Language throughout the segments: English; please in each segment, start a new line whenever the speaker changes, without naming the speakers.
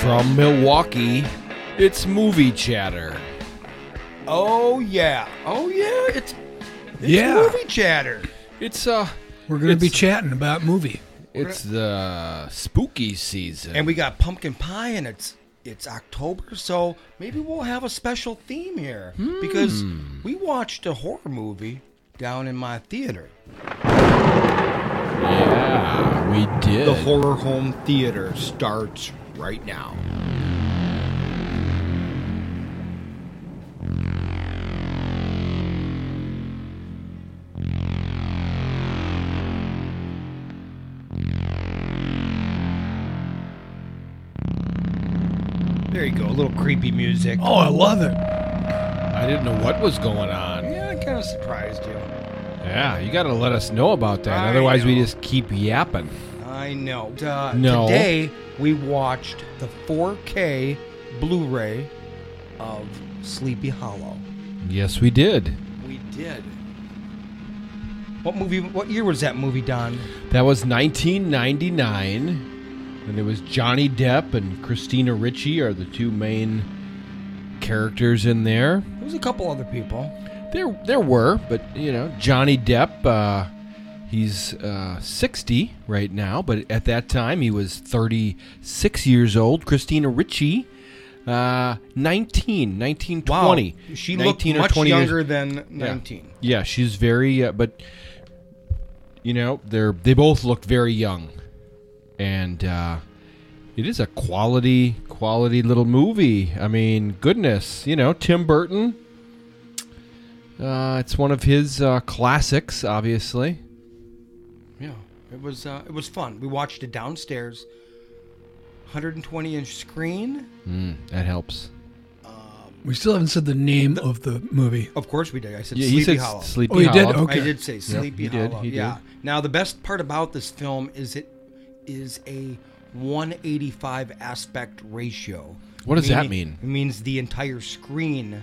From Milwaukee, it's movie chatter.
Oh yeah.
Oh yeah, it's
It's
Yeah.
Movie chatter.
it's uh
We're going to be
It's-
chatting about movie.
it's the spooky season.
And we got pumpkin pie and it's it's October, so maybe we'll have a special theme here. Because
Hmm.
we watched a horror movie down in my theater.
yeah, we did.
The horror home theater starts right now. There you go, a little creepy music.
Oh, I love it.
I didn't know what was going on.
Yeah, I kind of surprised you.
Yeah, you got to let us know about that.
I
Otherwise, we
know.
just keep yapping.
I know. Uh,
No.
Today we watched the 4K Blu-ray of Sleepy Hollow.
Yes, we did.
We did. What movie? What year was that movie, Don?
That was 1999, and it was Johnny Depp and Christina Ricci are the two main characters in there.
There was a couple other people.
There, there were, but you know, Johnny Depp. Uh, he's uh, 60 right now, but at that time he was 36 years old. Christina Ricci, uh, 19, 19, 20.
She
19
looked much
or 20 years-
younger than
Yeah.
nineteen.
Yeah, she's very. Uh, but you know, they're they both look very young, and uh, it is a quality quality little movie. I mean, goodness, you know, Tim Burton. Uh, it's one of his uh, classics, obviously.
Yeah. It was. Uh, it was fun. We watched it downstairs. 120 inch screen.
Mm, that helps.
We still haven't said the name of the movie.
Of course we did. I said
Yeah, he
Sleepy
said
Hollow.
Sleepy
Oh, he did?
Hollow.
Okay.
I did say Sleepy
he did,
Hollow.
he did.
yeah. Now the best part about this film is it is a 185 aspect ratio.
What does that
Meaning-
mean? Mm-hmm.
It means the entire screen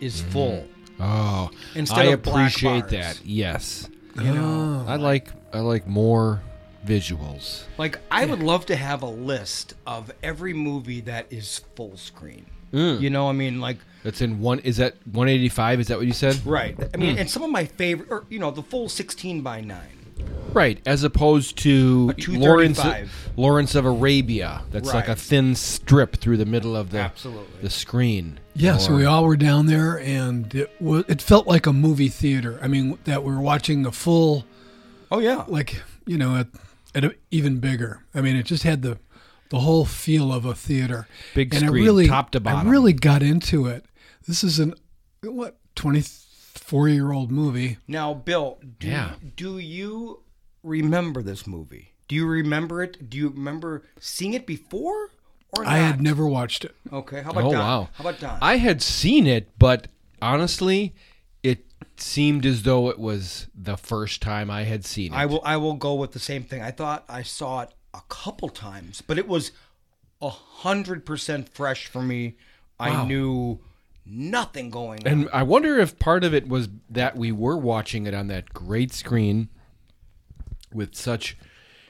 is full.
Oh,
Instead
I
of black
appreciate
bars.
that. Yes,
You know,
I like I like more visuals.
like I would love to have a list of every movie that is full screen.
Mm.
You know, I mean, like
That's in one. Is that 185? Is that what you said?
right. I mean,
Mm.
and some of my favorite, or you know, the full 16 by nine.
Right, as opposed to
A
Lawrence,
235.
Lawrence of Arabia. That's like a
Right.
thin strip through the middle of the
Absolutely.
the screen.
Yeah, so
Or-
we all were down there, and it was, it felt like a movie theater. I mean, that we were watching a full,
Oh yeah.
like you know, at, at a, even bigger. I mean, it just had the the whole feel of a theater.
Big
and
screen,
I really,
top to bottom.
I really got into it. This is an what twenty four year old movie.
Now, Bill, do,
Yeah.
do you remember this movie? Do you remember it? Do you remember seeing it before or not?
I had never watched it.
Okay, how about
Oh
Don?
wow!
How about Don?
I had seen it, but honestly, it seemed as though it was the first time I had seen it.
I will I will go with the same thing. I thought I saw it a couple times, but it was a hundred percent fresh for me. I knew nothing going on.
And I wonder if part of it was that we were watching it on that great screen with such,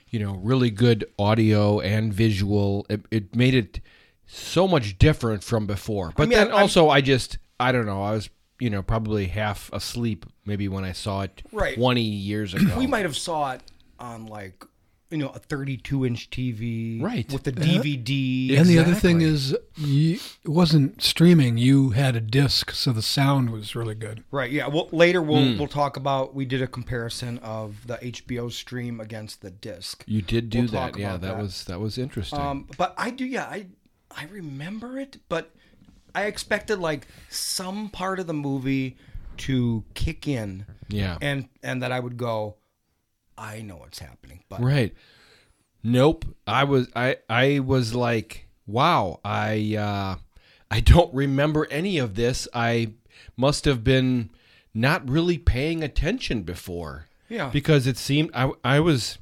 you know, really good audio and visual. It, it made it so much different from before. But
mean,
then
I- I'm-
also, I just, I don't know, I was, you know, probably half asleep maybe when I saw it
Right.
20 years ago.
We might have saw it on like you know, a thirty-two inch TV,
Right. Uh-huh.
With the DVD,
And the other thing is, you, it wasn't streaming. You had a disc, so the sound was really good.
Right. Yeah. Well, later we'll
Hmm.
we'll talk about. We did a comparison of the HBO stream against the disc.
you did do
We'll
that.
talk
Yeah,
about
that,
that.
was that was interesting.
Um, but I do. Yeah. I I remember it, but I expected like some part of the movie to kick in,
yeah.
and and that I would go, I know what's happening, but
Right. Nope. I was I I was like, wow, I uh I don't remember any of this. I must have been not really paying attention before.
Yeah.
Because it seemed I I was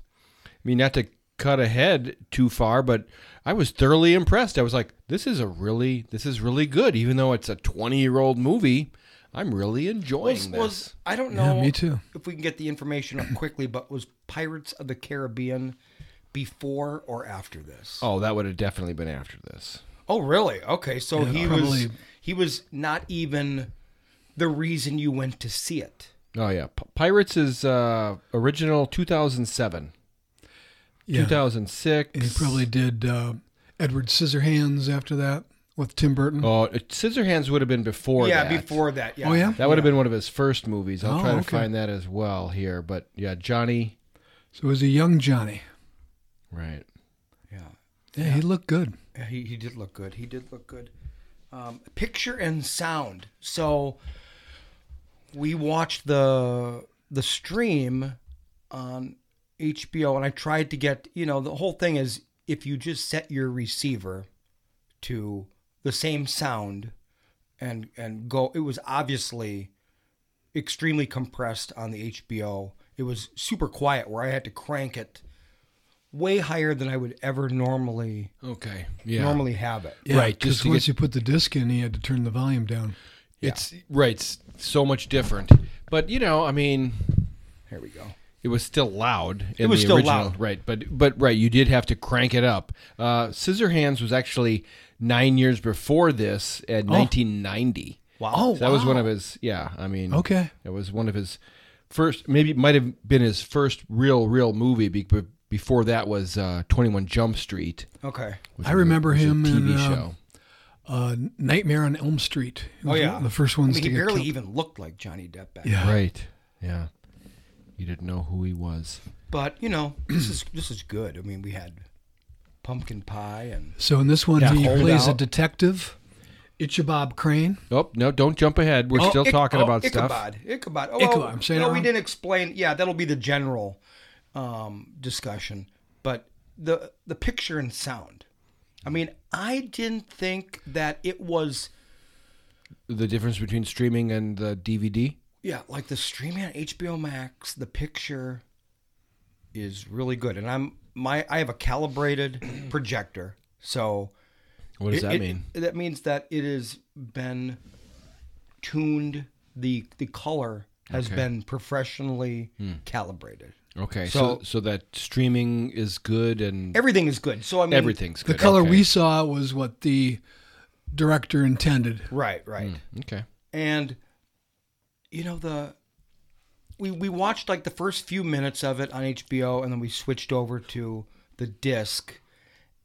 I mean not to cut ahead too far, but I was thoroughly impressed. I was like, this is a really this is really good even though it's a 20-year-old movie. I'm really enjoying
was,
this.
was I don't
Yeah,
know.
me too.
If we can get the information up quickly, but was Pirates of the Caribbean before or after this?
oh, that would have definitely been after this.
Oh, really? Okay, so
Yeah,
he was
probably-
he was not even the reason you went to see it.
Oh yeah, P- Pirates is uh, original 2007,
Yeah.
2006.
And he probably did uh, Edward Scissorhands after that with Tim Burton.
Oh, it- Scissorhands would have been before.
yeah,
that.
before that. Yeah.
Oh, yeah?
That would have been one of his first movies. I'll
Oh,
try to
okay.
find that as well here. But yeah, Johnny.
So it was a young Johnny.
Right.
Yeah.
Yeah, he looked good.
Yeah, he, he did look good. He did look good. Um, picture and sound. So we watched the the stream on HBO, and I tried to get you know the whole thing is if you just set your receiver to the same sound and and go. It was obviously extremely compressed on the HBO. It was super quiet where I had to crank it way higher than I would ever normally
Okay. Yeah.
normally have it.
Yeah,
Right, just
Because
to
once you put the disc in, he had to turn the volume down.
It's right. It's so much different. But you know, I mean,
Here we go.
it was still loud. In
was
the
still
original,
loud.
right? But but right, you did have to crank it up. Uh, Scissorhands was actually nine years before this at 1990.
Oh.
So
Wow.
that was one of his. Yeah, I mean,
Okay.
It was one of his first. Maybe it might have been his first real, real movie. Be, be- before that was uh, Twenty One Jump Street.
Okay.
I remember
It was a
him
TV
in uh,
show.
uh, Nightmare on Elm Street. He
Oh
was
yeah.
one of the first ones
I mean,
to
he
get
barely
killed.
even looked like Johnny Depp back.
Yeah.
Right. Yeah. You didn't know who he was.
But you know, this is this is good. I mean, we had pumpkin pie and
So in this one,
Yeah,
he
hold
plays a
out.
detective, Ichabob Crane.
Oh no! Don't jump ahead. We're still
Ic-
talking
oh,
about
Ichabod.
stuff.
Ichabod. Oh,
Ichabod,
well,
I'm saying
no,
it
we
wrong.
didn't explain. Yeah, that'll be the general um, discussion. But the the picture and sound. I mean, I didn't think that it was
The difference between streaming and the DVD.
yeah, like the streaming on HBO Max, the picture is really good. And I'm my I have a calibrated projector. So
What does
it-
that
it-
mean?
That means that it has been tuned the the color has
Okay. Hmm.
been professionally calibrated.
Okay, so, so
so-
that streaming is good and
Everything is good. So I mean
everything's
The
good.
color
okay.
we saw was what the director intended.
Right,
Hmm.
right.
okay.
and you know the we we watched like the first few minutes of it on HBO and then we switched over to the disc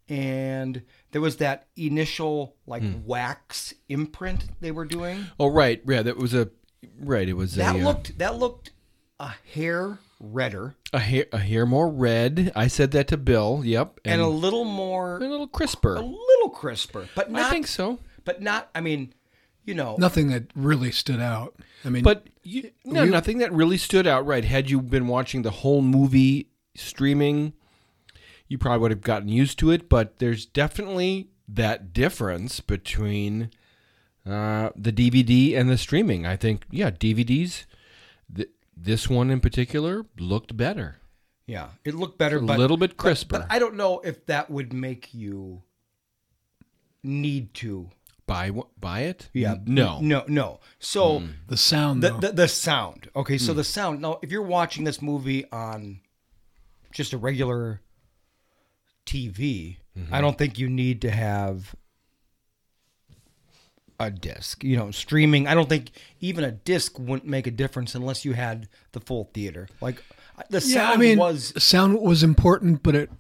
and there was that initial like
Hmm.
wax imprint they were doing
Oh right, yeah, that was a right. It was
that
a, uh,
looked that looked a hair redder
a hair a hair more red. I said that to Bill. Yep,
and,
and,
a little more
a little crisper.
a little crisper but not
I think so,
but not I mean you know
Nothing that really stood out. I mean,
but you, no, nothing that really stood out. Right, had you been watching the whole movie streaming, you probably would have gotten used to it. But there's definitely that difference between uh, the DVD and the streaming. I think, yeah, DVDs. Th- this one in particular looked better,
yeah it looked better
a
but
little bit crisper.
But I don't know if that would make you need to.
buy one- buy it?
Yeah.
N- No.
No, no. So
the sound,
the,
though.
the the sound. Okay,
Mm.
so the sound. Now, if you're watching this movie on just a regular TV,
Mm-hmm.
I don't think you need to have a disc. You know, streaming. I don't think even a disc wouldn't make a difference unless you had the full theater. Like the sound
yeah, I mean,
was
sound was important, but it,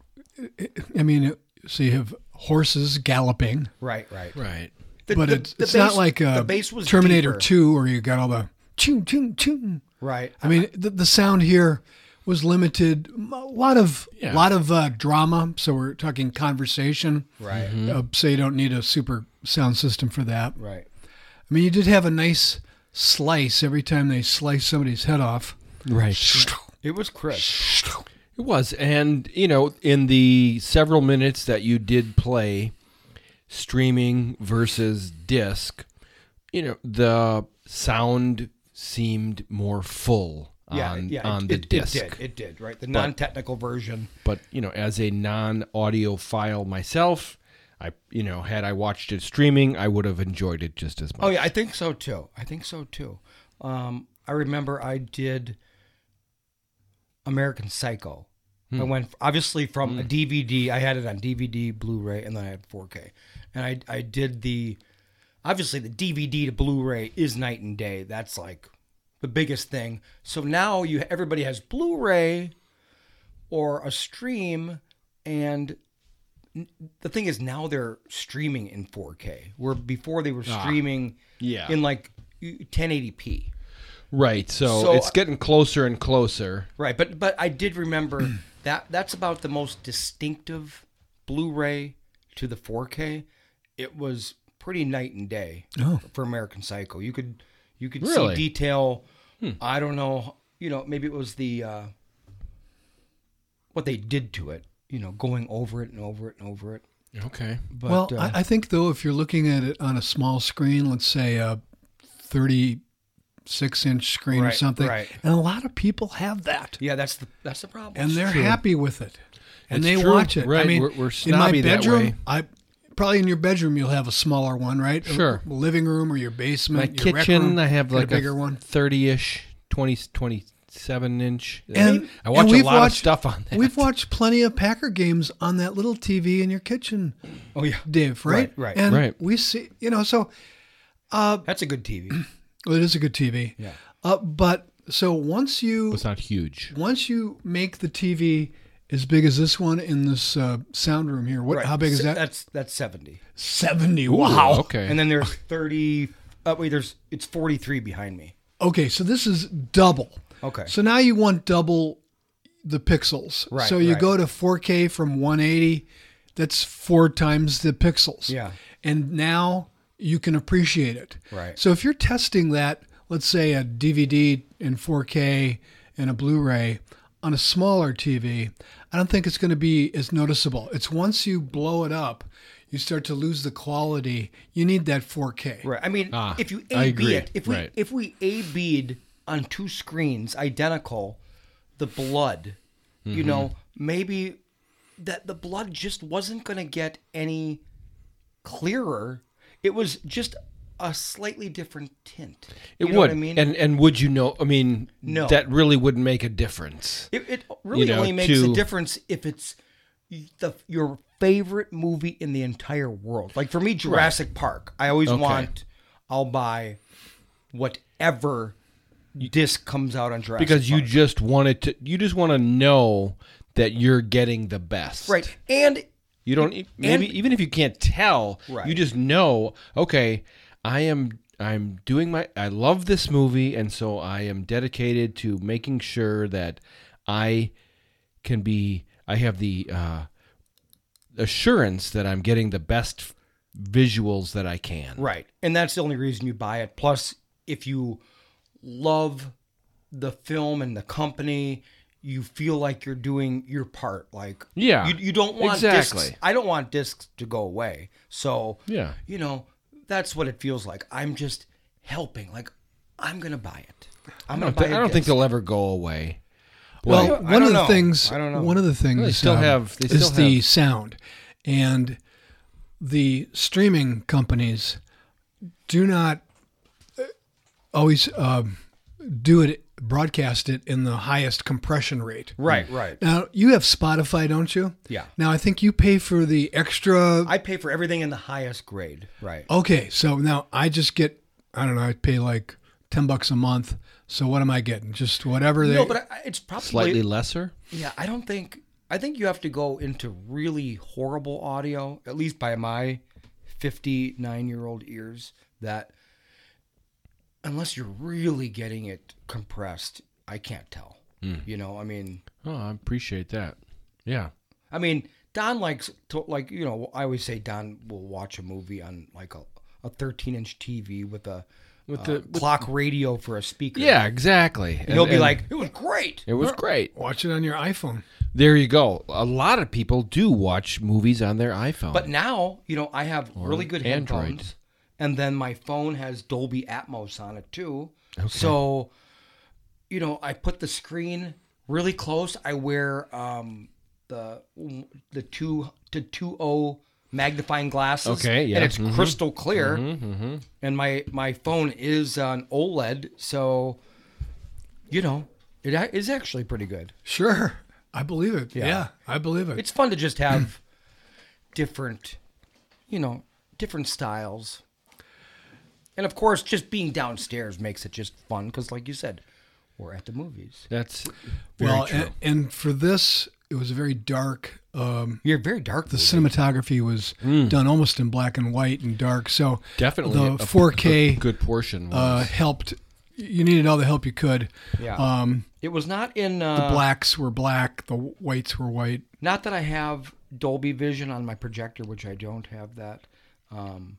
it- I mean, it, so you have horses galloping,
right, right.
Right.
The-
but
the-
it's,
the
it's not
bass-
like uh,
the bass was
Terminator
deeper.
2 where you got all the ching, ching, ching.
Right.
I mean, the, the sound here was limited. A lot of
Yeah.
lot of uh, drama. So we're talking conversation,
Right.
Uh, so you don't need a super sound system for that.
Right.
I mean, you did have a nice slice every time they slice somebody's head off.
Right.
It was crisp.
It was. And, you know, in the several minutes that you did play streaming versus disc, you know, the sound seemed more full on,
Yeah, yeah.
on
it,
the
it,
disc.
It did. It did. Right. The non-technical version.
but you know as a non-audio file myself i you know had i watched it streaming i would have enjoyed it just as much
Oh yeah, I think so too. I think so too. Um, I remember I did American Psycho. Hmm. I went obviously from a DVD. I had it on DVD, Blu-ray, and then I had 4K. and I I did the obviously the DVD to Blu-ray is night and day. That's like the biggest thing. So now you everybody has Blu-ray or a stream and n- the thing is now they're streaming in 4K where before they were streaming
yeah.
in like 1080p.
Right. So,
So-
it's getting closer and closer.
Right, but but I did remember that that's about the most distinctive Blu-ray to the 4K. It was pretty night and day
Oh.
for American Psycho. You could you could
Really?
see detail.
Hmm.
I don't know, you know, maybe it was the uh, what they did to it. You know, going over it and over it and over it.
Okay.
But
well,
uh,
I, I think though, if you're looking at it on a small screen, let's say a 36 inch screen or
Right,
something,
right.
and a lot of people have that,
yeah, that's the that's the problem.
and they're
true.
happy with it, and
It's
they
true,
watch it. I
right,
mean,
we're- we're
in my
snobby that
bedroom,
way.
I probably in your bedroom you'll have a smaller one, right? A
Sure.
living room or your basement,
My
your rec room,
kitchen, I have
got
like
a bigger one.
30 ish, 20, 27 inch.
And
I watch
and
a
we've
lot
watched-
of stuff on that.
We've watched plenty of Packer games on that little TV in your kitchen,
oh yeah,
Dave. Right,
Right, right.
and
Right.
We see, you know, so
that's a good TV.
well, it is a good TV.
Yeah.
Uh, but so once you
It's not huge.
once you make the TV as big as this one in this uh, sound room here, what?
Right.
How big is
Se-
that?
That's that's 70.
Seventy. Wow.
Okay.
And then there's 30 uh, wait, there's it's 43 behind me.
Okay, so this is double.
Okay.
So now you want double the pixels.
Right,
So you
right.
go to 4K from 180. That's four times the pixels.
Yeah.
And now you can appreciate it.
Right.
So if you're testing that, let's say a DVD in 4K and a Blu-ray on a smaller TV, I don't think it's going to be as noticeable. It's once you blow it up, you start to lose the quality. You need that 4K.
Right. I mean,
Ah,
if you
I
A B
agree.
it, if we
Right.
if we A B'd on two screens identical, the blood,
Mm-hmm.
you know, maybe that the blood just wasn't going to get any clearer. It was just a slightly different tint.
it
You know
would.
What I mean,
And and would you know? I mean,
No.
that really wouldn't make a difference.
It, it really
know,
only makes
to-
a difference if it's y- the your favorite movie in the entire world. Like for me, Jurassic Park. I always
Okay.
want. I'll buy whatever disc comes out on Jurassic
Because you
Park.
just wanted to, you just want to know that you're getting the best.
right and
You don't e- maybe even if you can't tell,
Right.
you just know, okay, I am I'm doing my I love this movie and so I am dedicated to making sure that I can be I have the uh assurance that I'm getting the best f- visuals that I can.
right and that's the only reason you buy it. Plus, if you love the film and the company. You feel like you're doing your part. Like,
Yeah,
you, you don't want
exactly.
discs. I don't want discs to go away. So,
Yeah.
you know, that's what it feels like. I'm just helping. Like, I'm gonna buy it. I'm
I
gonna
don't,
buy
thi-
it.
I don't think they'll ever go away.
Well,
Well, I
one of
don't
the
know.
things
I don't know.
one of the things
They still
um,
have- they
is
still
the
have-
sound, and the streaming companies do not uh, always um, do it broadcast it in the highest compression rate.
Right,
Mm.
right.
Now you have Spotify, don't you?
Yeah.
Now I think you pay for the extra.
I pay for everything in the highest grade. Right.
okay, so now I just get I don't know. I pay like ten bucks a month. So what am I getting? Just whatever they.
No, but I, it's probably
Slightly lesser?
Yeah, I don't think. I think you have to go into really horrible audio, at least by my 59 year old ears, that unless you're really getting it compressed, I can't tell.
Hmm.
You know, I mean,
Oh, I appreciate that. Yeah.
I mean, Don likes to like you know. I always say Don will watch a movie on like a a 13 inch TV with a with
the-
the clock radio for a speaker.
Yeah, exactly. And
and he'll be
and
like, "It was great."
it was great.
Watch it on your iPhone.
There you go. A lot of people do watch movies on their iPhone.
But now, you know, I have really good
Android.
headphones, and then my phone has Dolby Atmos on it too. So, you know, I put the screen really close. I wear um, the the two to two O magnifying glasses.
Okay, yeah. Mm-hmm,
and it's
Mhm.
crystal clear. And my my phone is on OLED, so you know, it a- is actually pretty good.
Sure. I believe it. Yeah, I believe it.
It's fun to just have different, you know, different styles. And of course, just being downstairs makes it just fun because, like you said, we're at the movies.
That's very
Well, uh,
true.
and, and for this, it was a very dark. Um,
You're very dark.
the cinematography was done almost in black and white and dark, so
Hmm. Definitely
the
a- a
4K
good portion was.
uh, helped. You needed all the help you could.
Yeah.
Um,
it was not in
the
uh,
blacks were black. The whites were white.
Not that I have Dolby Vision on my projector, which I don't have that. Um,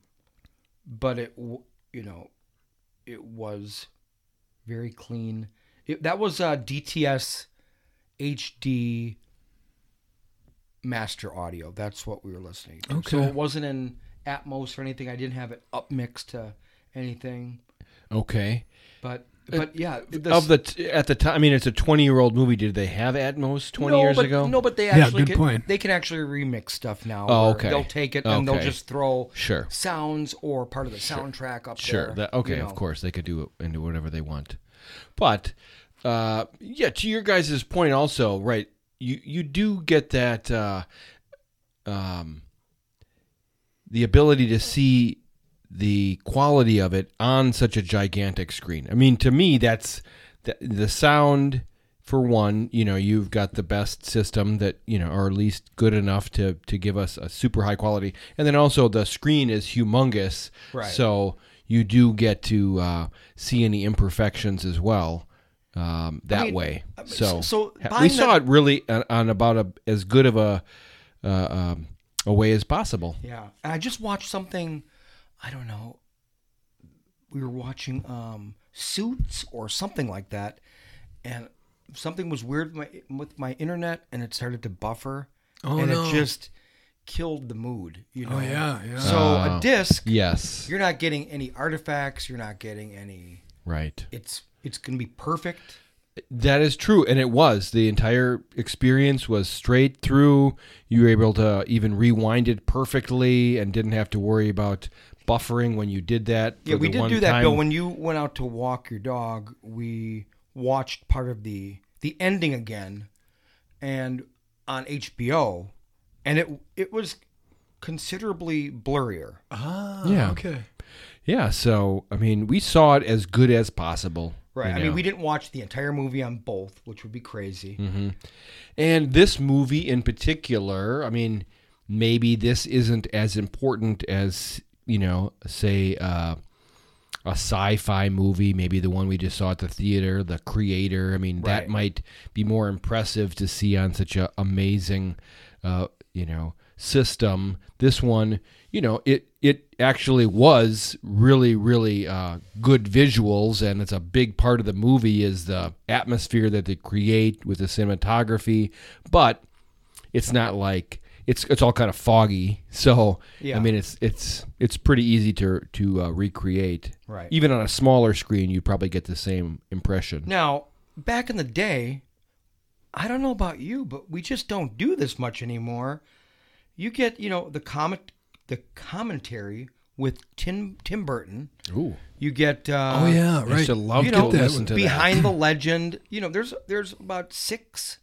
but it, w- you know, it was very clean. It, that was uh, DTS HD master audio. That's what we were listening to. So
Okay.
it wasn't in Atmos or anything. I didn't have it upmixed to anything.
okay.
But but yeah, the
of the t- at the time, I mean, it's a twenty-year-old movie. Did they have Atmos twenty
no,
years
but,
ago?
No, but they
Yeah,
actually
good
can,
point.
they can actually remix stuff now.
Oh,
where
okay.
They'll take it and
Okay.
they'll just throw
Sure.
sounds or part of the soundtrack up
Sure.
there.
That, okay,
you
of
know.
course they could do it and do whatever they want. But uh, yeah, to your guys' point, also right, you you do get that uh, um, the ability to see the quality of it on such a gigantic screen. I mean, to me, that's the, the sound. For one, you know, you've got the best system that you know, or at least good enough to to give us a super high quality, and then also the screen is humongous,
Right.
So you do get to uh, see any imperfections as well um, that
mean, uh,
way.
I mean,
So,
so- so
we
buying
saw
that-
it really on, on about a, as good of a uh, um, a way as possible.
Yeah. And I just watched something, I don't know. We were watching um, Suits or something like that, and something was weird with my, with my internet, and it started to buffer,
Oh,
and
no.
it just killed the mood. You know.
Oh yeah, yeah.
So
Oh.
a disc,
Yes,
you're not getting any artifacts. You're not getting any.
right.
it's it's gonna be perfect.
That is true, and it was the entire experience was straight through. You were able to even rewind it perfectly, and didn't have to worry about buffering when you did that.
Yeah,
for
we
the
did
one
do that,
time.
Bill. When you went out to walk your dog, we watched part of the the ending again, and on HBO, and it it was considerably blurrier.
Ah,
Yeah.
Okay.
yeah, so I mean, we saw it as good as possible.
Right.
you
I
know.
mean, we didn't watch the entire movie on both, which would be crazy.
And this movie in particular, I mean, maybe this isn't as important as, you know, say uh, a sci fi movie, maybe the one we just saw at the theater, The Creator. I mean, that
Right.
might be more impressive to see on such a amazing, uh, you know, system. This one, you know, it, it actually was really, really uh, good visuals, and it's a big part of the movie is the atmosphere that they create with the cinematography. But it's not like it's it's all kind of foggy. So I
Yeah.
mean, it's it's it's pretty easy to to uh, recreate.
Right.
Even on a smaller screen, you probably get the same impression.
Now, back in the day, I don't know about you, but we just don't do this much anymore. You get, you know, the comment the commentary with Tim Tim Burton.
Ooh,
You get uh,
Oh yeah, right.
I used to love
you
to
know,
listen to that.
behind the legend. You know, there's there's about six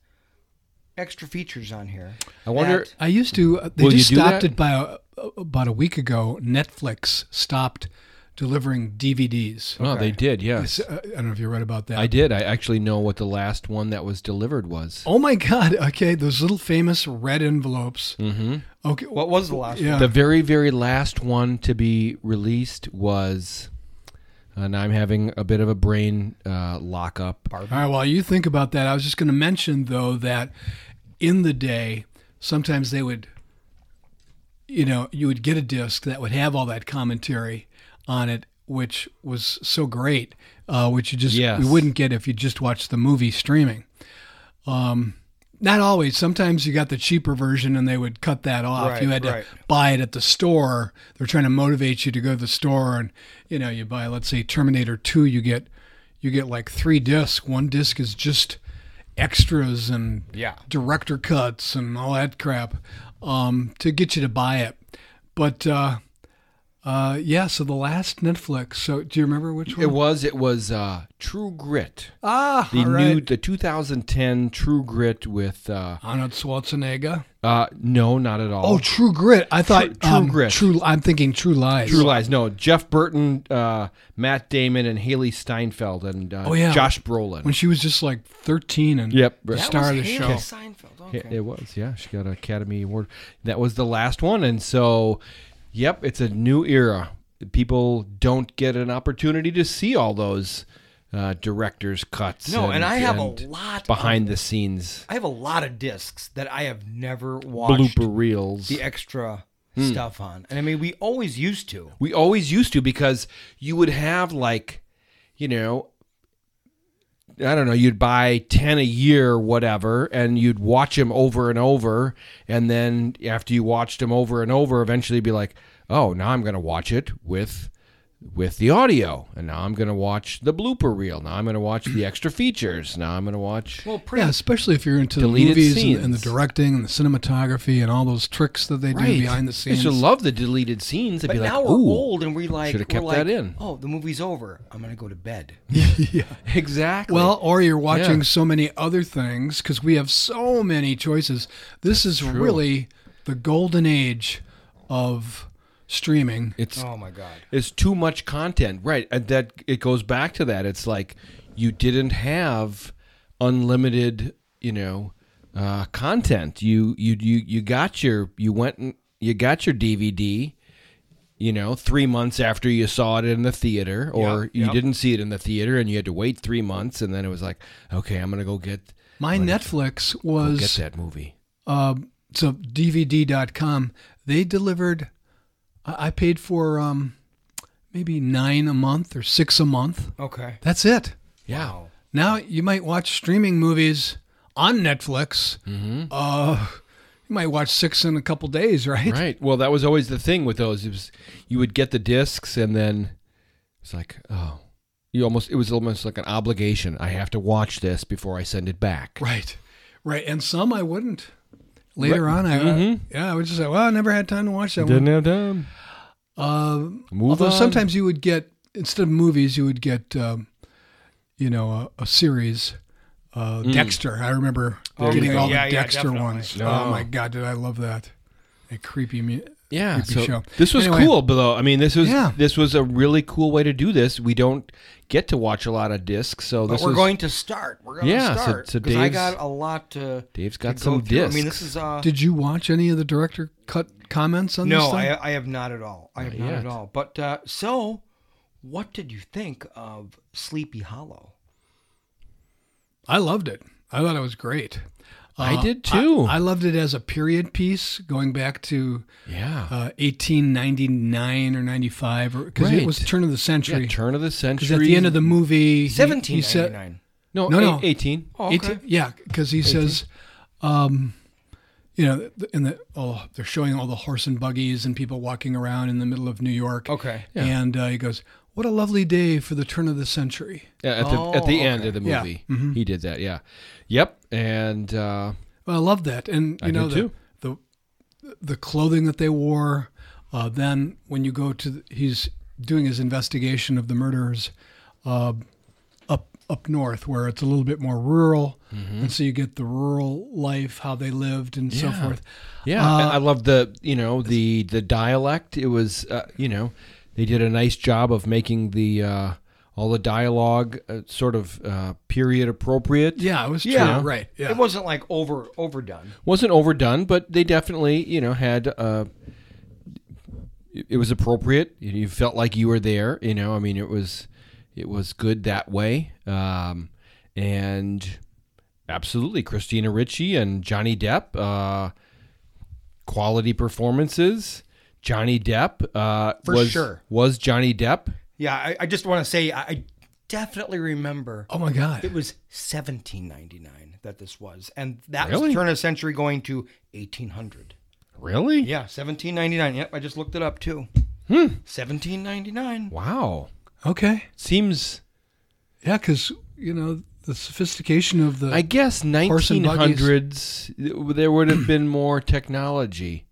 extra features on here.
I wonder-
that-
I used to. uh, They
Will you
just
do
stopped
that?
it by a, about a week ago. Netflix stopped delivering DVDs.
No, they did. Yes,
It's, uh, I don't know if you read about that.
I did. I actually know what the last one that was delivered was.
oh my God! Okay, those little famous red envelopes. Mm-hmm. Okay.
What was the last
yeah.
The very, very last one to be released was, and I'm having a bit of a brain uh, lockup.
All right. While you think about that, I was just going to mention though that in the day, sometimes they would, you know, you would get a disc that would have all that commentary on it, which was so great, uh, which you just
Yes.
you wouldn't get if you just watched the movie streaming. Um, not always. Sometimes you got the cheaper version, and they would cut that off.
Right,
you had
right.
to buy it at the store. They're trying to motivate you to go to the store, and you know, you buy, let's say, Terminator Two. You get, you get like three discs. One disc is just extras and
Yeah.
director cuts and all that crap um, to get you to buy it. But uh, Uh, yeah, so the last Netflix. So do you remember which one?
It was it was uh, True Grit,
ah,
the
all right.
new the 2010 True Grit with uh,
Arnold Schwarzenegger.
uh, no, not at all.
Oh, True Grit. I thought
True
um,
Grit.
True. I'm thinking True Lies.
True Lies. No, Jeff Burton, uh, Matt Damon, and Haley Steinfeld, and uh,
Oh, yeah.
Josh Brolin.
When she was just like 13 and
yep,
the
right.
star of the
Haley
show.
Seinfeld.
Yeah,
Okay.
It was, yeah. She got an Academy Award. That was the last one. And so, yep, it's a new era. People don't get an opportunity to see all those uh, director's cuts.
No, and I have a
and
lot of-
behind the scenes
I have a lot of discs that I have never watched
blooper reels.
the extra
Hmm.
stuff on, and I mean we always used to.
we always used to because you would have like, you know, I don't know, you'd buy 10 a year, whatever, and you'd watch them over and over. And then after you watched them over and over, eventually you'd be like, oh, now I'm going to watch it with with the audio and now i'm going to watch the blooper reel now i'm going to watch the extra features now i'm going to watch
Well, pretty
Yeah, especially if you're into the
Deleted
movies and, and the
scenes.
directing and the cinematography and all those tricks that they do behind the scenes.
i used to love the deleted scenes I'd
But
be like
now we're
"Ooh."
old and we like
should've
we're
kept
like,
that in.
Oh, the movie's over. I'm gonna go to bed.
exactly
Well, or you're watching
Yeah.
so many other things because we have so many choices. This is really the golden age of streaming.
it's
Oh my god.
It's too much content, right? And that it goes back to that. It's like you didn't have unlimited, you know, uh, content. You you you you got your you went and you got your DVD, you know, three months after you saw it in the theater, or you didn't see it in the theater and you had to wait three months, and then it was like, okay, I'm gonna go get
My Netflix
get
was
that movie.
uh, so DVD.com. They delivered. I I paid for um, maybe nine a month or six a month.
Okay.
That's it.
Yeah,
Now you might watch streaming movies on Netflix.
Mm-hmm.
Uh, you might watch six in a couple days, right?
Right. Well, that was always the thing with those. It was you would get the discs, and then it's like, oh, you almost. It was almost like an obligation. I have to watch this before I send it back.
Right, right. And some I wouldn't. Later on, I uh,
Mm-hmm.
yeah, I would just say, well, I never had time to watch that one.
have time.
Um,
Move
although
on.
sometimes you would get instead of movies, you would get um, you know a, a series. Uh, Dexter, I remember
Mm. you
getting
go.
all
Yeah,
the
yeah,
Dexter
definitely.
ones.
No.
Oh my god, did I love that? A creepy, mu-
Yeah.
creepy
So
show.
this was
Anyway.
cool, though. I mean, this was
Yeah.
this was a really cool way to do this. We don't get to watch a lot of discs, so
But
this
we're
was-
going to start. We're gonna
Yeah, so-
start.
so
because I
Dave's-
got a lot to
Dave's
to
got
go
some
through.
discs.
I mean this is uh
Did you watch any of the director cut comments on this
No,
thing?
I, I have not at all. I have not,
yet.
at all. But uh, so, what did you think of Sleepy Hollow?
I loved it. I thought it was great.
I
Uh,
did too.
I, I loved it as a period piece, going back to
yeah.
uh, 1899 or 95, because
Right.
it was turn of the
Yeah,
century.
turn of the
Because
century.
at the end of the movie, he-
Seventeen
he said-
ninety nine.
no,
No, no.
eight- eighteen.
Oh, okay.
18 yeah, because he says, um, you know, th- in the oh, they're showing all the horse and buggies and people walking around in the middle of New York.
Okay.
and uh, he goes, "What a lovely day for the turn of the century."
Yeah, at the at
Oh,
the end
okay.
of the
Yeah. Mm-hmm.
movie, he did that. Yeah. Yep. And uh,
Well, I love that, and you
I do
know
too.
the the the clothing that they wore. Uh, then when you go to, the, he's doing his investigation of the murders uh, up up north, where it's a little bit more rural,
Mm-hmm.
and so you get the rural life, how they lived, and so
Yeah.
forth.
Yeah,
Uh,
I love the you know the the dialect. It was uh, you know they did a nice job of making the uh, all the dialogue uh, sort of uh, period appropriate.
Yeah, it was true.
Yeah.
Right. Yeah.
It wasn't like over overdone.
wasn't overdone, but they definitely you know had uh, it it was appropriate. You you felt like you were there. You know, I mean, it was it was good that way. Um, and absolutely, Christina Ricci and Johnny Depp. Uh, quality performances. Johnny Depp uh,
For
was
sure.
was Johnny Depp.
Yeah, I, I just want to say I, I definitely remember
oh my God.
it was seventeen ninety nine that this was, and that
Really?
was turn of century going to eighteen hundred.
Really?
Yeah, seventeen ninety nine. Yep, I just looked it up too.
Hmm.
Seventeen ninety nine.
Wow.
okay.
Seems
Yeah, because you know the sophistication of the.
I guess
and buggies.
1900s there would have been more technology.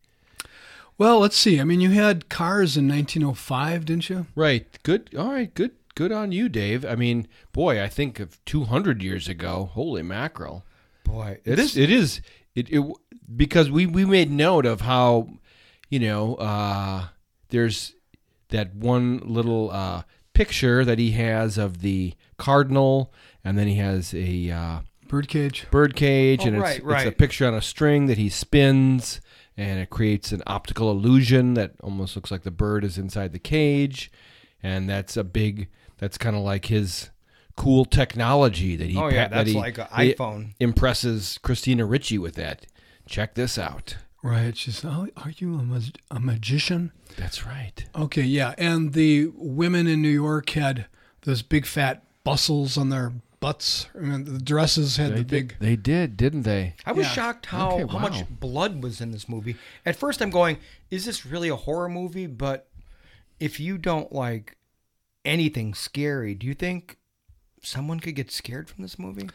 Well, let's see. I mean, you had Cars in 1905, didn't you?
Right. Good. All right. Good. Good on you, Dave. I mean, boy, I think of 200 years ago. Holy mackerel!
Boy,
It is. It is. It, it because we we made note of how, you know, uh, there's that one little uh, picture that he has of the cardinal, and then he has a uh,
Birdcage.
bird cage,
Oh,
and
right,
it's,
right.
it's a picture on a string that he spins, and it creates an optical illusion that almost looks like the bird is inside the cage, and that's a big. That's kind of like his cool technology that he.
Oh yeah,
pat- that
that's
he-
like an
he
iPhone.
impresses Christina Ricci with that. Check this out.
Right. She's, oh, are you a, mag- a magician?
That's right.
Okay, yeah. And the women in New York had those big fat bustles on their butts. I mean, the dresses had the big.
They did, didn't they?
I was
Yeah.
shocked how,
Okay,
how
wow.
much blood was in this movie. At first, I'm going, is this really a horror movie? But if you don't like anything scary, do you think someone could get scared from this movie?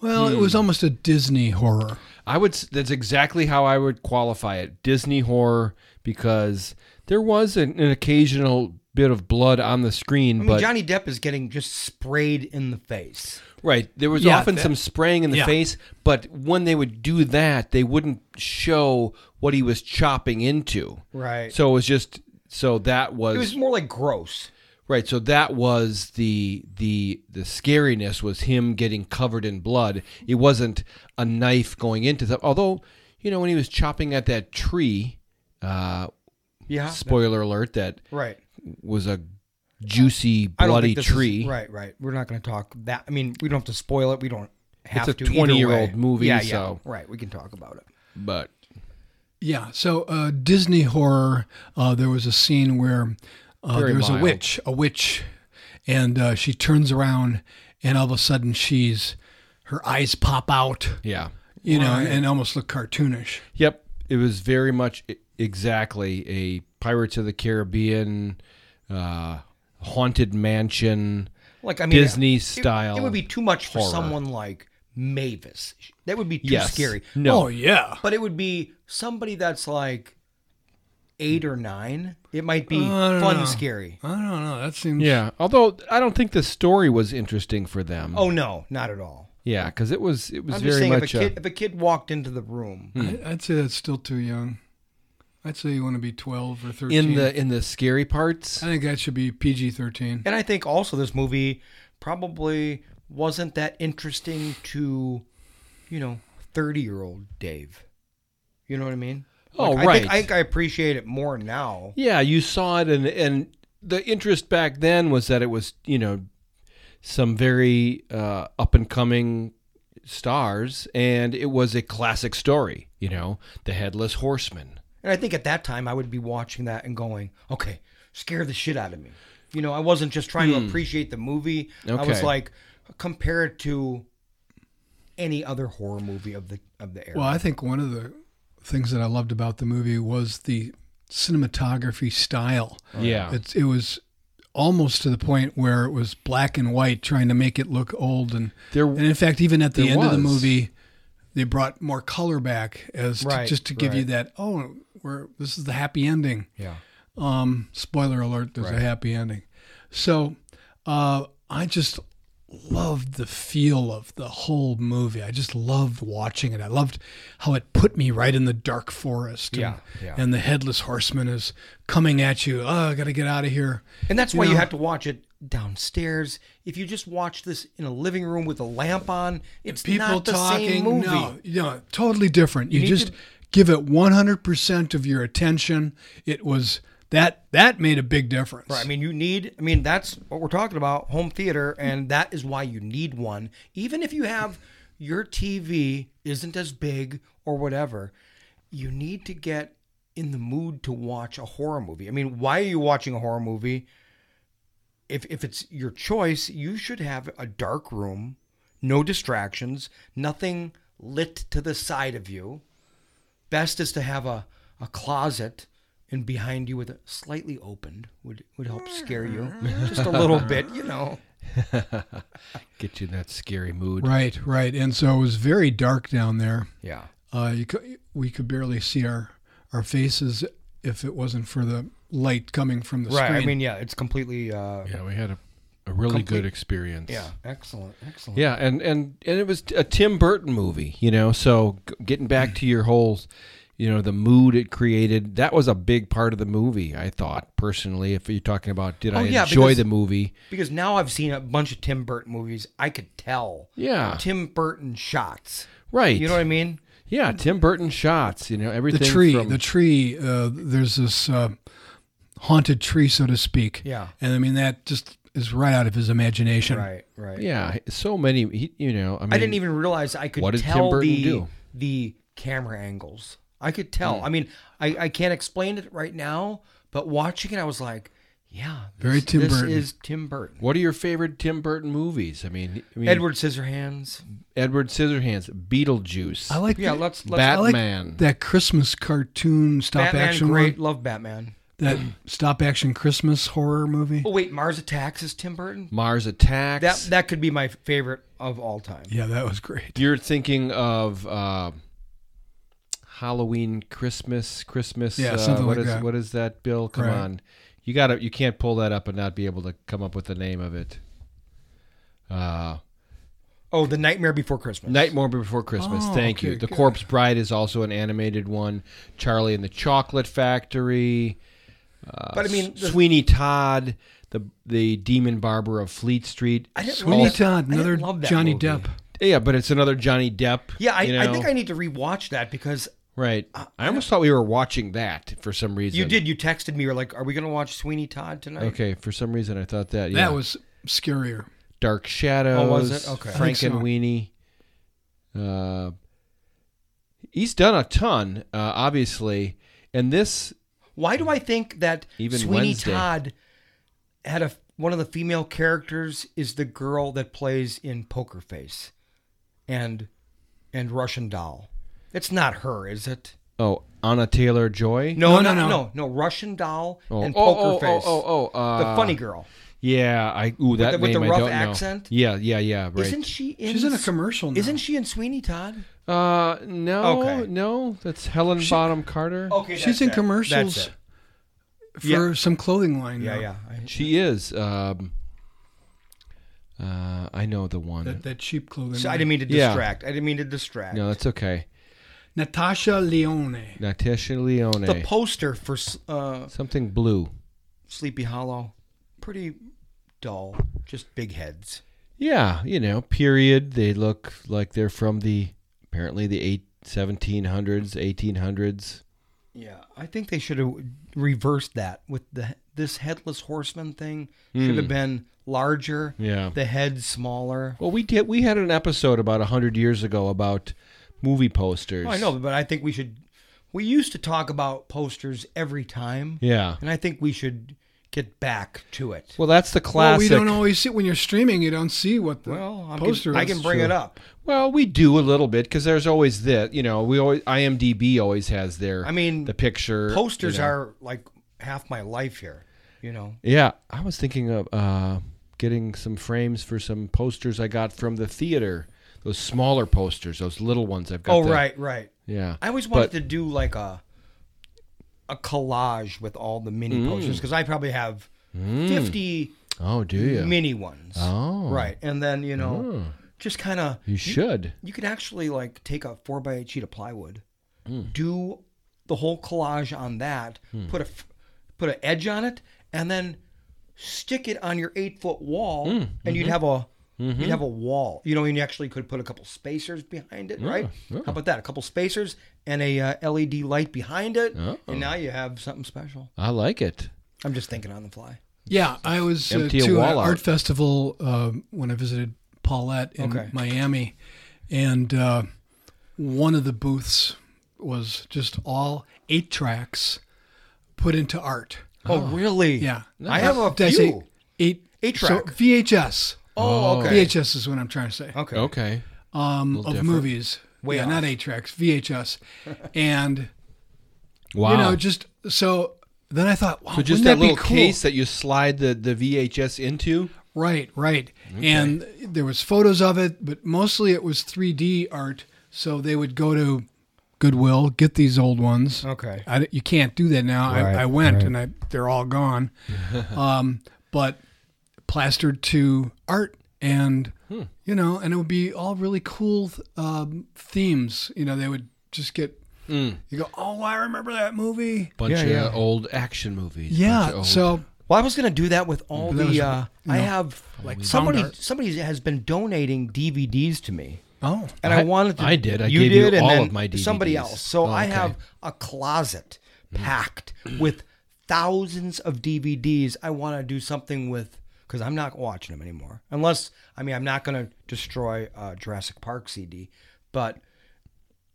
Well, it
Hmm.
was almost a Disney horror.
I would. s- That's exactly how I would qualify it. Disney horror, because there was an, an occasional bit of blood on the screen,
I mean,
but
Johnny Depp is getting just sprayed in the face.
right there was
Yeah,
often
that-
some spraying in the
yeah.
face. But when they would do that, they wouldn't show what he was chopping into.
Right. So
So it was just. So that
it was more like gross.
Right, so that was the the the scariness was him getting covered in blood. It wasn't a knife going into the although, you know, when he was chopping at that tree, uh
Yeah.
spoiler alert, that
Right.
was a juicy
I don't
bloody
think this
tree.
Is, right, right. We're not going to talk that. I mean, we don't have to spoil it. We don't have
a
to.
20-year-old
old
movie,
Yeah,
so-
yeah. Right. We can talk about it.
But
Yeah. So uh, Disney horror. Uh, there was a scene where uh,
Very
there was
mild.
a witch, a witch, and uh, she turns around, and all of a sudden she's her eyes pop out,
yeah.
you know, and, almost look cartoonish.
Yep, it was very much i- exactly a Pirates of the Caribbean uh haunted mansion.
Like I mean,
Disney
it-
style
It, would be too much for
horror.
someone like Mavis. That would be too
Yes.
scary.
No.
Oh yeah.
But it would be somebody that's like eight or nine. It might be
no,
fun
no.
scary.
I don't know. That seems.
Yeah, although I don't think the story was interesting for them.
Oh no, not at all.
Yeah, because it was it was
I'm
very
just saying, if a
much uh,
kid if a kid walked into the room,
Hmm.
I- I'd say that's still too young. I'd say you want to be 12 or
a,
13.
in the in the scary parts.
I think that should be PG 13.
and I think also this movie probably wasn't that interesting to, you know, thirty year old Dave. You know what I mean?
Oh,
I think-
right.
I think I appreciate it more now.
Yeah, you saw it, and and the interest back then was that it was you know some very uh, up and coming stars, and it was a classic story. You know, the headless horseman.
And I think at that time I would be watching that and going, okay, scare the shit out of me. You know, I wasn't just trying to appreciate the movie. I was
Hmm. Okay.
like, compare it to any other horror movie of the of the era.
Well, I think one of the things that I loved about the movie was the cinematography style.
Oh, Yeah,
It's, it was almost to the point where it was black and white, trying to make it look old. And,
There-
and in fact, even at the
there
end of the
was.
movie, they brought more color back as
Right,
to, just to give you
right.
that, oh, we're, this is the happy ending.
yeah.
Um, spoiler alert, there's a happy ending. So uh, I just loved the feel of the whole movie. I just loved watching it. I loved how it put me right in the dark forest. and-
Yeah, yeah.
And the headless horseman is coming at you. Oh, I got to get out of here.
And that's why
You
you
know-
have to watch it downstairs. If you just watch this in a living room with a lamp on, it's
People
not the
talking.
same movie.
No, no, totally different. You,
need
just
to-
give it 100% of your attention. It was that that made a big difference.
Right. I mean, you need, I mean, that's what we're talking about home theater, and that is why you need one. Even if you have your TV isn't as big or whatever, you need to get in the mood to watch a horror movie. I mean, why are you watching a horror movie? If, if it's your choice, you should have a dark room, no distractions, nothing lit to the side of you best is to have a, a closet and behind you with it slightly opened would would help scare you just a little bit you know
get you in that scary mood.
Right, right. And so it was very dark down there.
yeah
Uh, you could, we could barely see our, our faces if it wasn't for the light coming from the
right.
screen.
I mean, yeah, it's completely. Uh, yeah.
Yeah, we had a, a really
Complete-
good experience.
excellent, excellent.
Yeah, and and and it was a Tim Burton movie, you know. So g- getting back to your whole, you know, the mood it created, that was a big part of the movie. I thought personally, if you're talking about did
Oh,
I
yeah,
enjoy
because-
the movie?
Because now I've seen a bunch of Tim Burton movies, I could tell.
Yeah.
Tim Burton shots.
Right.
You know what I mean?
yeah, Tim Burton shots. You know
the
everything.
tree,
from-
the tree. Uh, there's this uh, haunted tree, so to speak.
Yeah.
and I mean that just is right out of his imagination.
Right, right.
yeah, so many. he- You know, I mean,
I didn't even realize I could
What did Tim
tell
Burton
the
do? Hmm.
the camera angles. I could tell. I mean, I, I can't explain it right now, but watching it, I was like, yeah, this,
Very Tim
this
Burton.
is Tim Burton.
What are your favorite Tim Burton movies? I mean, I mean
Edward Scissorhands.
Edward Scissorhands, Beetlejuice,
I like
Yeah,
the-
let's let's.
I like
Batman.
that Christmas cartoon stop
Batman,
action
great.
one,
Love Batman.
that stop action Christmas horror movie.
Oh wait, Mars Attacks is Tim Burton.
Mars Attacks.
That that could be my favorite of all time.
Yeah, that was great.
You're thinking of uh, Halloween, Christmas, Christmas.
Yeah,
uh,
something
what
like
is-
that.
What is that, Bill? Come
Right.
on, you got to You can't pull that up and not be able to come up with the name of it. Uh,
Oh, The Nightmare Before Christmas.
Nightmare Before Christmas.
Oh,
Thank
okay,
you. The
good.
Corpse Bride is also an animated one. Charlie and the Chocolate Factory. Uh,
But I mean, the-
Sweeney Todd, the the Demon Barber of Fleet Street.
I didn't
Sweeney
Sweeney
love-
Todd,
I didn't
another
love that
Johnny
movie.
Depp.
Yeah, but it's another Johnny Depp.
Yeah, I,
you
I
know?
think I need to rewatch that because
Right. I almost thought we were watching that for some reason.
you did. You texted me. You're like, "Are we gonna watch Sweeney Todd tonight?"
Okay, for some reason I thought that. Yeah.
That was scarier.
Dark Shadows.
Oh, was it? Okay. I
Frank
think so.
and Weenie. Uh, he's done a ton, uh, obviously, and this
Why do I think that
Even
Sweeney
Wednesday.
Todd had a one of the female characters is the girl that plays in Poker Face and and Russian Doll. It's not her, is it?
oh Anna Taylor Joy.
No,
No,
no,
no,
no, no,
no.
no, Russian Doll
Oh,
and
oh,
Poker
oh,
Face.
Oh, oh, oh, uh,
the funny girl.
Yeah, I ooh that
the- with the
name I
rough
don't know.
accent?
Yeah, yeah, yeah. Right.
Isn't she in?
She's in a commercial now.
Isn't she in Sweeney Todd?
uh, no,
Okay. Oh.
no, that's Helen Bottom Carter.
Okay,
She's in commercials
That's it.
for
Yeah.
some clothing line?
Yeah,
now.
yeah. I-
She is. Um, uh, I know the one.
That, that cheap clothing.
so I
line.
didn't mean to
Yeah.
distract. I didn't mean to distract.
No, that's okay.
Natasha Leone.
Natasha Leone.
the poster for S- uh,
Something blue.
Sleepy Hollow, pretty dull, just big heads.
Yeah, you know, period. They look like they're from the apparently the eight, 1700s, 1800s.
Yeah, I think they should have reversed that with the this headless horseman thing. Should
Hmm.
have been larger.
Yeah.
the head smaller.
Well, we did. We had an episode about hundred years ago about movie posters.
Oh, I know, but I think we should. We used to talk about posters every time,
Yeah.
and I think we should get back to it.
Well, that's the
Well,
classic.
we don't always see when you're streaming. You don't see what the
Well, I'm
poster.
I
is.
can bring it up.
Well, we do a little bit because there's always that. You know, we always IMDb always has their.
I mean,
the picture
Posters
you know.
are like half my life here. You know,
Yeah, I was thinking of uh, getting some frames for some posters I got from the theater. Those smaller posters, those little ones I've got.
oh
the-
right, right.
Yeah.
I always
But-
wanted to do like a a collage with all the
Mm.
mini posters because I probably have fifty
Oh, do you?
mini ones.
Mm. Oh.
Mm-hmm. right, and then you know, just kind of
you should.
you could actually like take a four by eight sheet of plywood, do the whole collage on that, put a f- put an edge on it, and then stick it on your eight foot wall, and you'd have a you'd have a wall. You know, and you actually could put a couple spacers behind it, right? How about that? A couple spacers and a uh, LED light behind it, and now you have something special.
I like it.
I'm just thinking on the fly.
Yeah, I was uh,
Empty a
to an
wall out.
art festival um, when I visited Paulette in
Okay.
Miami, and uh, one of the booths was just all eight tracks put into art.
Oh, really?
Yeah,
I have a
Did I say
few.
eight
Oh, Eight
so
track.
VHS.
Oh, okay.
VHS is what I'm trying to say.
Okay.
Okay.
Um, of
different.
movies.
Way
yeah,
off.
not eight tracks. VHS, and
Wow.
you know, just so. Then I thought, wow,
so just
wouldn't
that,
be
little
cool?
case that you slide the, the VHS into.
Right, right. And there was photos of it, but mostly it was 3D art. So they would go to Goodwill, get these old ones.
Okay.
I, you can't do that now.
Right,
I, I went
right.
and I, they're all gone. um, but plastered to art and,
Hmm.
you know, and it would be all really cool um, themes. You know, they would just get,
Hmm.
you go, oh, I remember that movie.
Bunch
Yeah,
of
yeah.
uh, old action movies. bunch of
Yeah.
old-
So,
Well, I was gonna do that with all
that was-
the. Uh,
you
I
know,
have like
like
somebody.
sound art.
Somebody has been donating DVDs to me,
oh,
and I, wanted. to...
I did. I
you
gave you
did, and
all
then
of my
Somebody
DVDs.
else. So
Oh,
I
okay. Mm.
have a closet packed with thousands of DVDs. I want to do something with because I'm not watching them anymore. Unless I mean, I'm not gonna destroy uh, Jurassic Park CD, but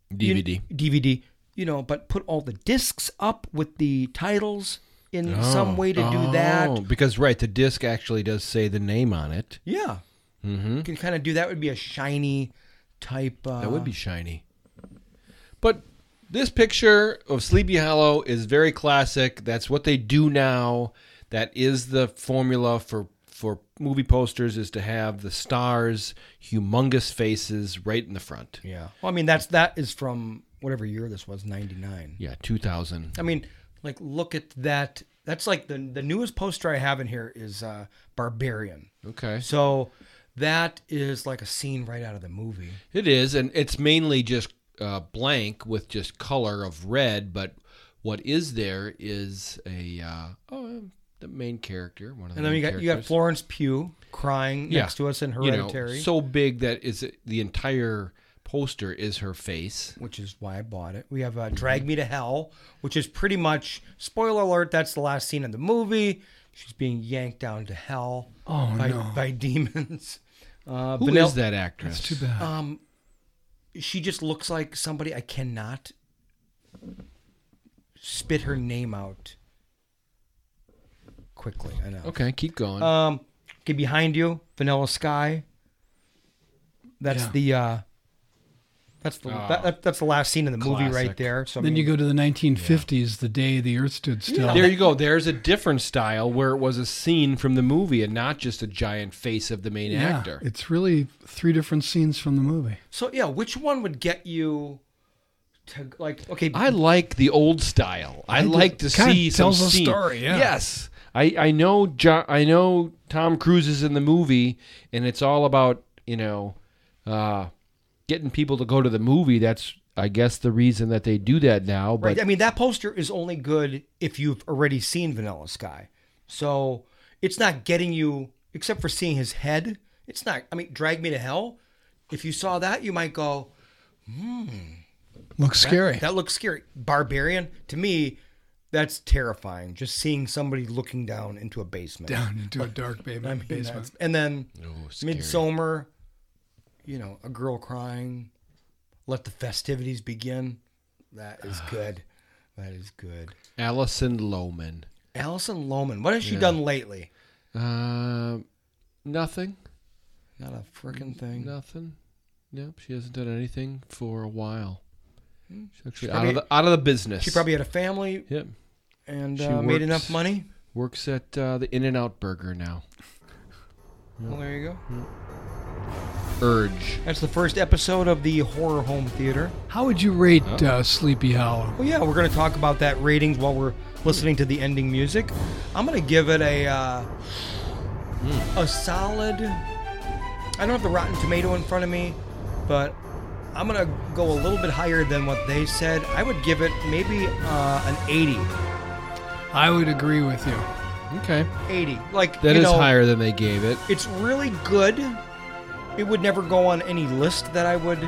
you-
DVD.
DVD. You know, but put all the discs up with the titles in some way to do that.
Oh, because right, the disc actually does say the name on it.
Yeah. You can kind of do that. Would be a shiny type. Uh,
Mm-hmm. That would be shiny. But this picture of Sleepy Hollow is very classic. That's what they do now. That is the formula for for movie posters is to have the stars, humongous faces right in the front.
Yeah. Well, I mean, that's that is from whatever year this was, '99.
Yeah, 2000.
I mean, like look at that. That's like the the newest poster I have in here is uh, Barbarian.
Okay.
So that is like a scene right out of the movie.
It is, and it's mainly just uh, blank with just color of red. But what is there is a uh, oh, the main character, one of the
And then you
main
got you got
characters.
Florence Pugh crying
Yeah.
next to us in
You know,
Hereditary,
so big that is the entire poster is her face.
which is why I bought it. We
Mm-hmm.
have uh, Drag Me to Hell, which is pretty much spoiler alert. That's the last scene of the movie. She's being yanked down to hell
Oh,
by,
no.
by demons. Uh,
Who is
Vanilla-
that actress?
too bad.
Um, she just looks like somebody I cannot spit her name out quickly. I know.
Okay, keep going.
Um, get behind you, Vanilla Sky. That's
Yeah.
the uh, that's the that, that- that's the last scene in the movie right
Classic.
there. So I
then
mean,
you go to the 1950s, the day the earth stood still.
there you go. There's a different style where it was a scene from the movie and not just a giant face of the main
yeah,
actor.
it's really three different scenes from the movie.
So yeah, which one would get you to like okay?
I like the old style. I, like to
kinda
see
tells
some
a
scene.
story, yeah.
Yes, I I know. Jo- I know Tom Cruise is in the movie, and it's all about you know, uh, getting people to go to the movie. That's I guess the reason that they do that now. But
Right. I mean, that poster is only good if you've already seen Vanilla Sky. So it's not getting you, except for seeing his head. It's not, I mean, Drag Me to Hell. If you saw that, you might go,
Looks scary.
that looks scary. Barbarian, to me, that's terrifying. Just seeing somebody looking down into a basement.
down into a dark ba-
I mean,
basement.
that's- and then
Oh, scary.
Midsummer, you know, a girl crying, let the festivities begin. That is good. That is good.
Allison Lohman,
Allison Lohman. What has she done lately?
uh, nothing,
Not a freaking thing.
nothing. Nope, she hasn't done anything for a while.
Hmm.
She's actually out
probably-
of the out of the business.
She probably had a family
yep
and
She
uh, made
works-
enough money.
works at uh, the In and Out Burger now.
Well, there you go.
Urge.
That's the first episode of the Horror Home Theater.
How would you rate uh, Sleepy Hollow?
Well, yeah, we're going to talk about that ratings while we're listening to the ending music. I'm going to give it a uh, a solid. I don't have the Rotten Tomato in front of me, but I'm going to go a little bit higher than what they said. I would give it maybe uh, an 80.
I would agree with you.
Okay.
80. Like
That is
you know,
higher than they gave it.
It's really good. It would never go on any list that I would.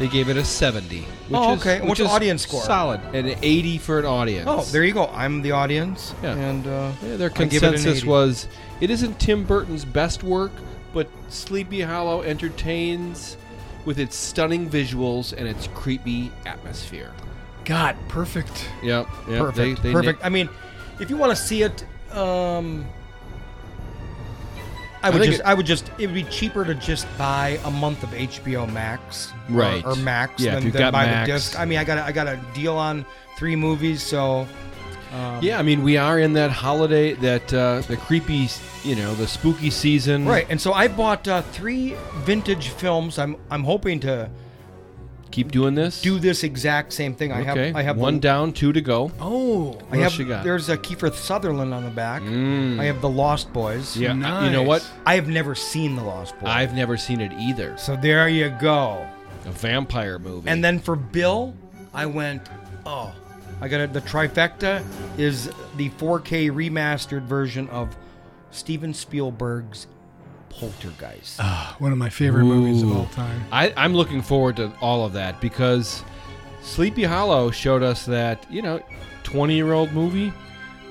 They gave it a 70. Which
Oh,
is-
okay. And
which
what's the
is
audience score?
Solid. And an 80 for an audience.
Oh, there you go. I'm the audience.
Yeah.
And uh,
Yeah, their
I give it an
consensus
80.
was it isn't Tim Burton's best work, but Sleepy Hollow entertains with its stunning visuals and its creepy atmosphere.
God, perfect.
Yep. yep they-
perfect.
they na-
perfect. I mean, if you want to see it, um, I would
think
just.
it-
I would just. It would be cheaper to just buy a month of HBO Max, or-
Right.
or, Max,
Yeah, if
than,
you've
than
got
buy
Max.
the disc. I mean, I got. I got a deal on three movies, so Um,
yeah, I mean, we are in that holiday, that uh, the creepy, you know, the spooky season.
Right, and so I bought uh, three vintage films. I'm I'm hoping to
Keep doing this.
do this exact same thing. I
okay.
have I have
one
the,
down, two to go.
Oh,
I
What
have
else you got? Mm.
there's a Kiefer Sutherland on the back. I have the Lost Boys.
Yeah. I- You know what?
nice.
I have never seen the Lost Boys.
I've never seen it either.
so there you go.
A vampire movie.
And then for Bill, I went, oh, I got it. The trifecta is the 4K remastered version of Steven Spielberg's Poltergeist.
one of my favorite movies of
Ooh.
all time.
I, I'm looking forward to all of that because Sleepy Hollow showed us that you know, 20 year old movie,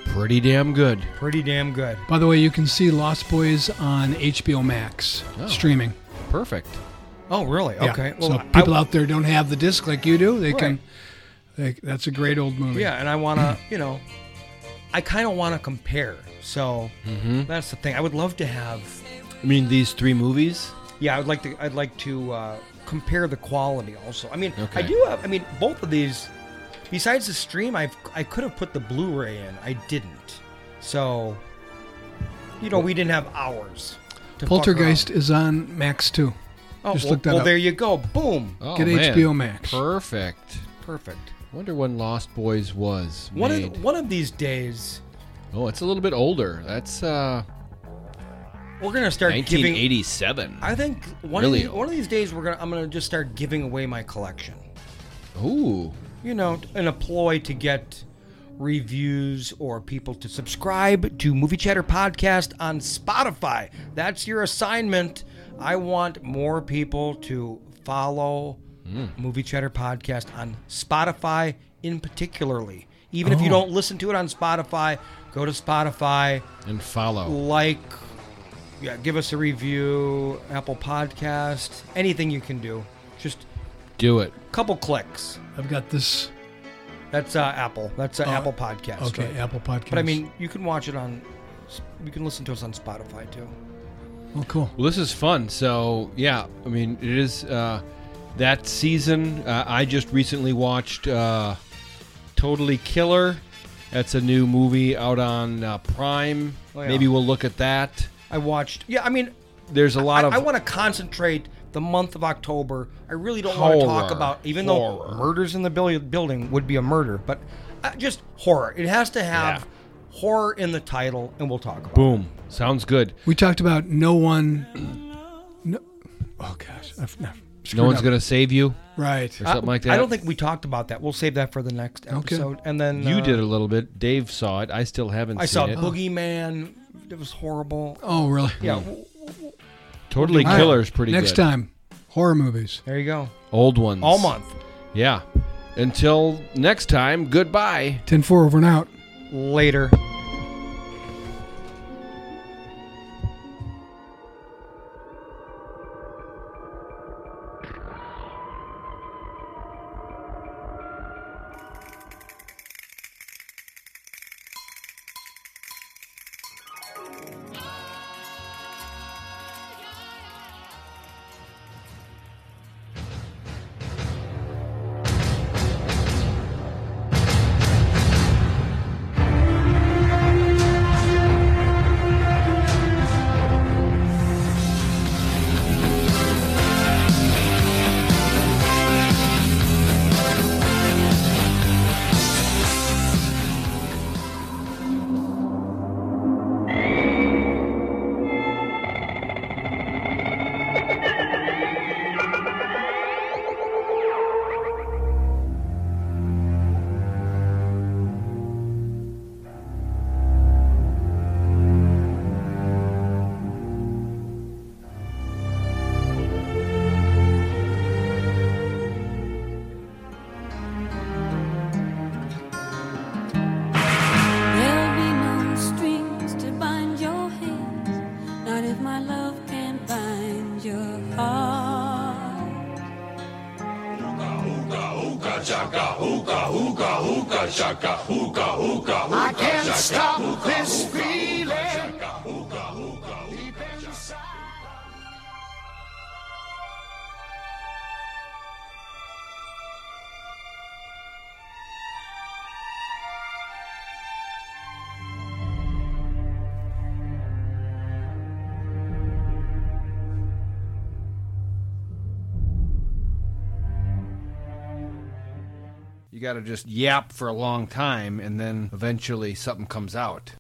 pretty damn good.
Pretty damn good.
By the way, you can see Lost Boys on HBO Max streaming.
Perfect.
Oh, really?
Yeah.
Oh. Okay.
so
I-
people out there don't have the disc like you do. They
Right.
can. They, that's a great old movie.
Yeah, and I want to, you know, I kind of want to compare. So
Mm-hmm.
that's the thing. I would love to have.
I mean, these three movies.
Yeah, I'd like to. I'd like to uh, compare the quality also. I mean,
Okay.
I do have. I mean, both of these. Besides the stream, I've I could have put the Blu-ray in. I didn't. So, you know, we didn't have hours. to fuck
Poltergeist
around.
is on Max too.
Oh,
just
well,
looked that
well
up.
there you go. Boom.
Oh,
Get
man.
HBO Max.
Perfect.
Perfect.
Wonder when Lost Boys was
One
made.
of one of these days,
oh, it's a little bit older. That's uh,
we're gonna start giving
1987.
I think one
Really
of these,
old.
one of these days we're gonna I'm gonna just start giving away my collection.
Ooh.
You know, in a ploy to get reviews or people to subscribe to Movie Chatter podcast on Spotify. That's your assignment. I want more people to follow Movie Chatter podcast on Spotify in particularly. Even if you don't listen to it on Spotify, go to Spotify
And follow.
like yeah give us a review apple podcast anything you can do just
Do it.
a couple clicks
I've got this.
that's uh, apple that's uh,
Uh-huh.
apple podcast
Okay,
right?
Apple Podcast.
but i mean you can watch it on you can listen to us on spotify too
oh, cool.
Well, this is fun. So yeah, I mean, it is uh, that season. Uh, I just recently watched uh, Totally Killer. That's a new movie out on uh, Prime.
Oh, yeah.
Maybe we'll look at that.
i watched yeah i mean
There's a lot
I,
of
I want to concentrate the month of October. I really don't want to talk
Horror.
about, even
Horror.
though murders in the buil- building would be a murder, but uh, just horror. It has to have horror in the title, and we'll talk about. it.
boom. Sounds good.
We talked about no one. No. Oh gosh, I've, I've
No
screwed
one's
up.
gonna save you.
Right.
Something like
Uh, I
that.
don't think we talked about that. We'll save that for the next episode. And then
You
uh,
did a little bit. Dave saw it. I still haven't
I
seen
saw
it.
Boogeyman. It was horrible.
oh really?
Yeah, w-
Totally
All right.
Killer's pretty
Next
good.
time, horror movies.
there you go.
Old ones.
All month.
Yeah. Until next time, goodbye.
Ten four over and out.
Later.
There'll be no strings to bind your hands, not if my love can bind your heart.
I can't stop this feeling. Deep inside.
you got to just yap for a long time, and then eventually something comes out.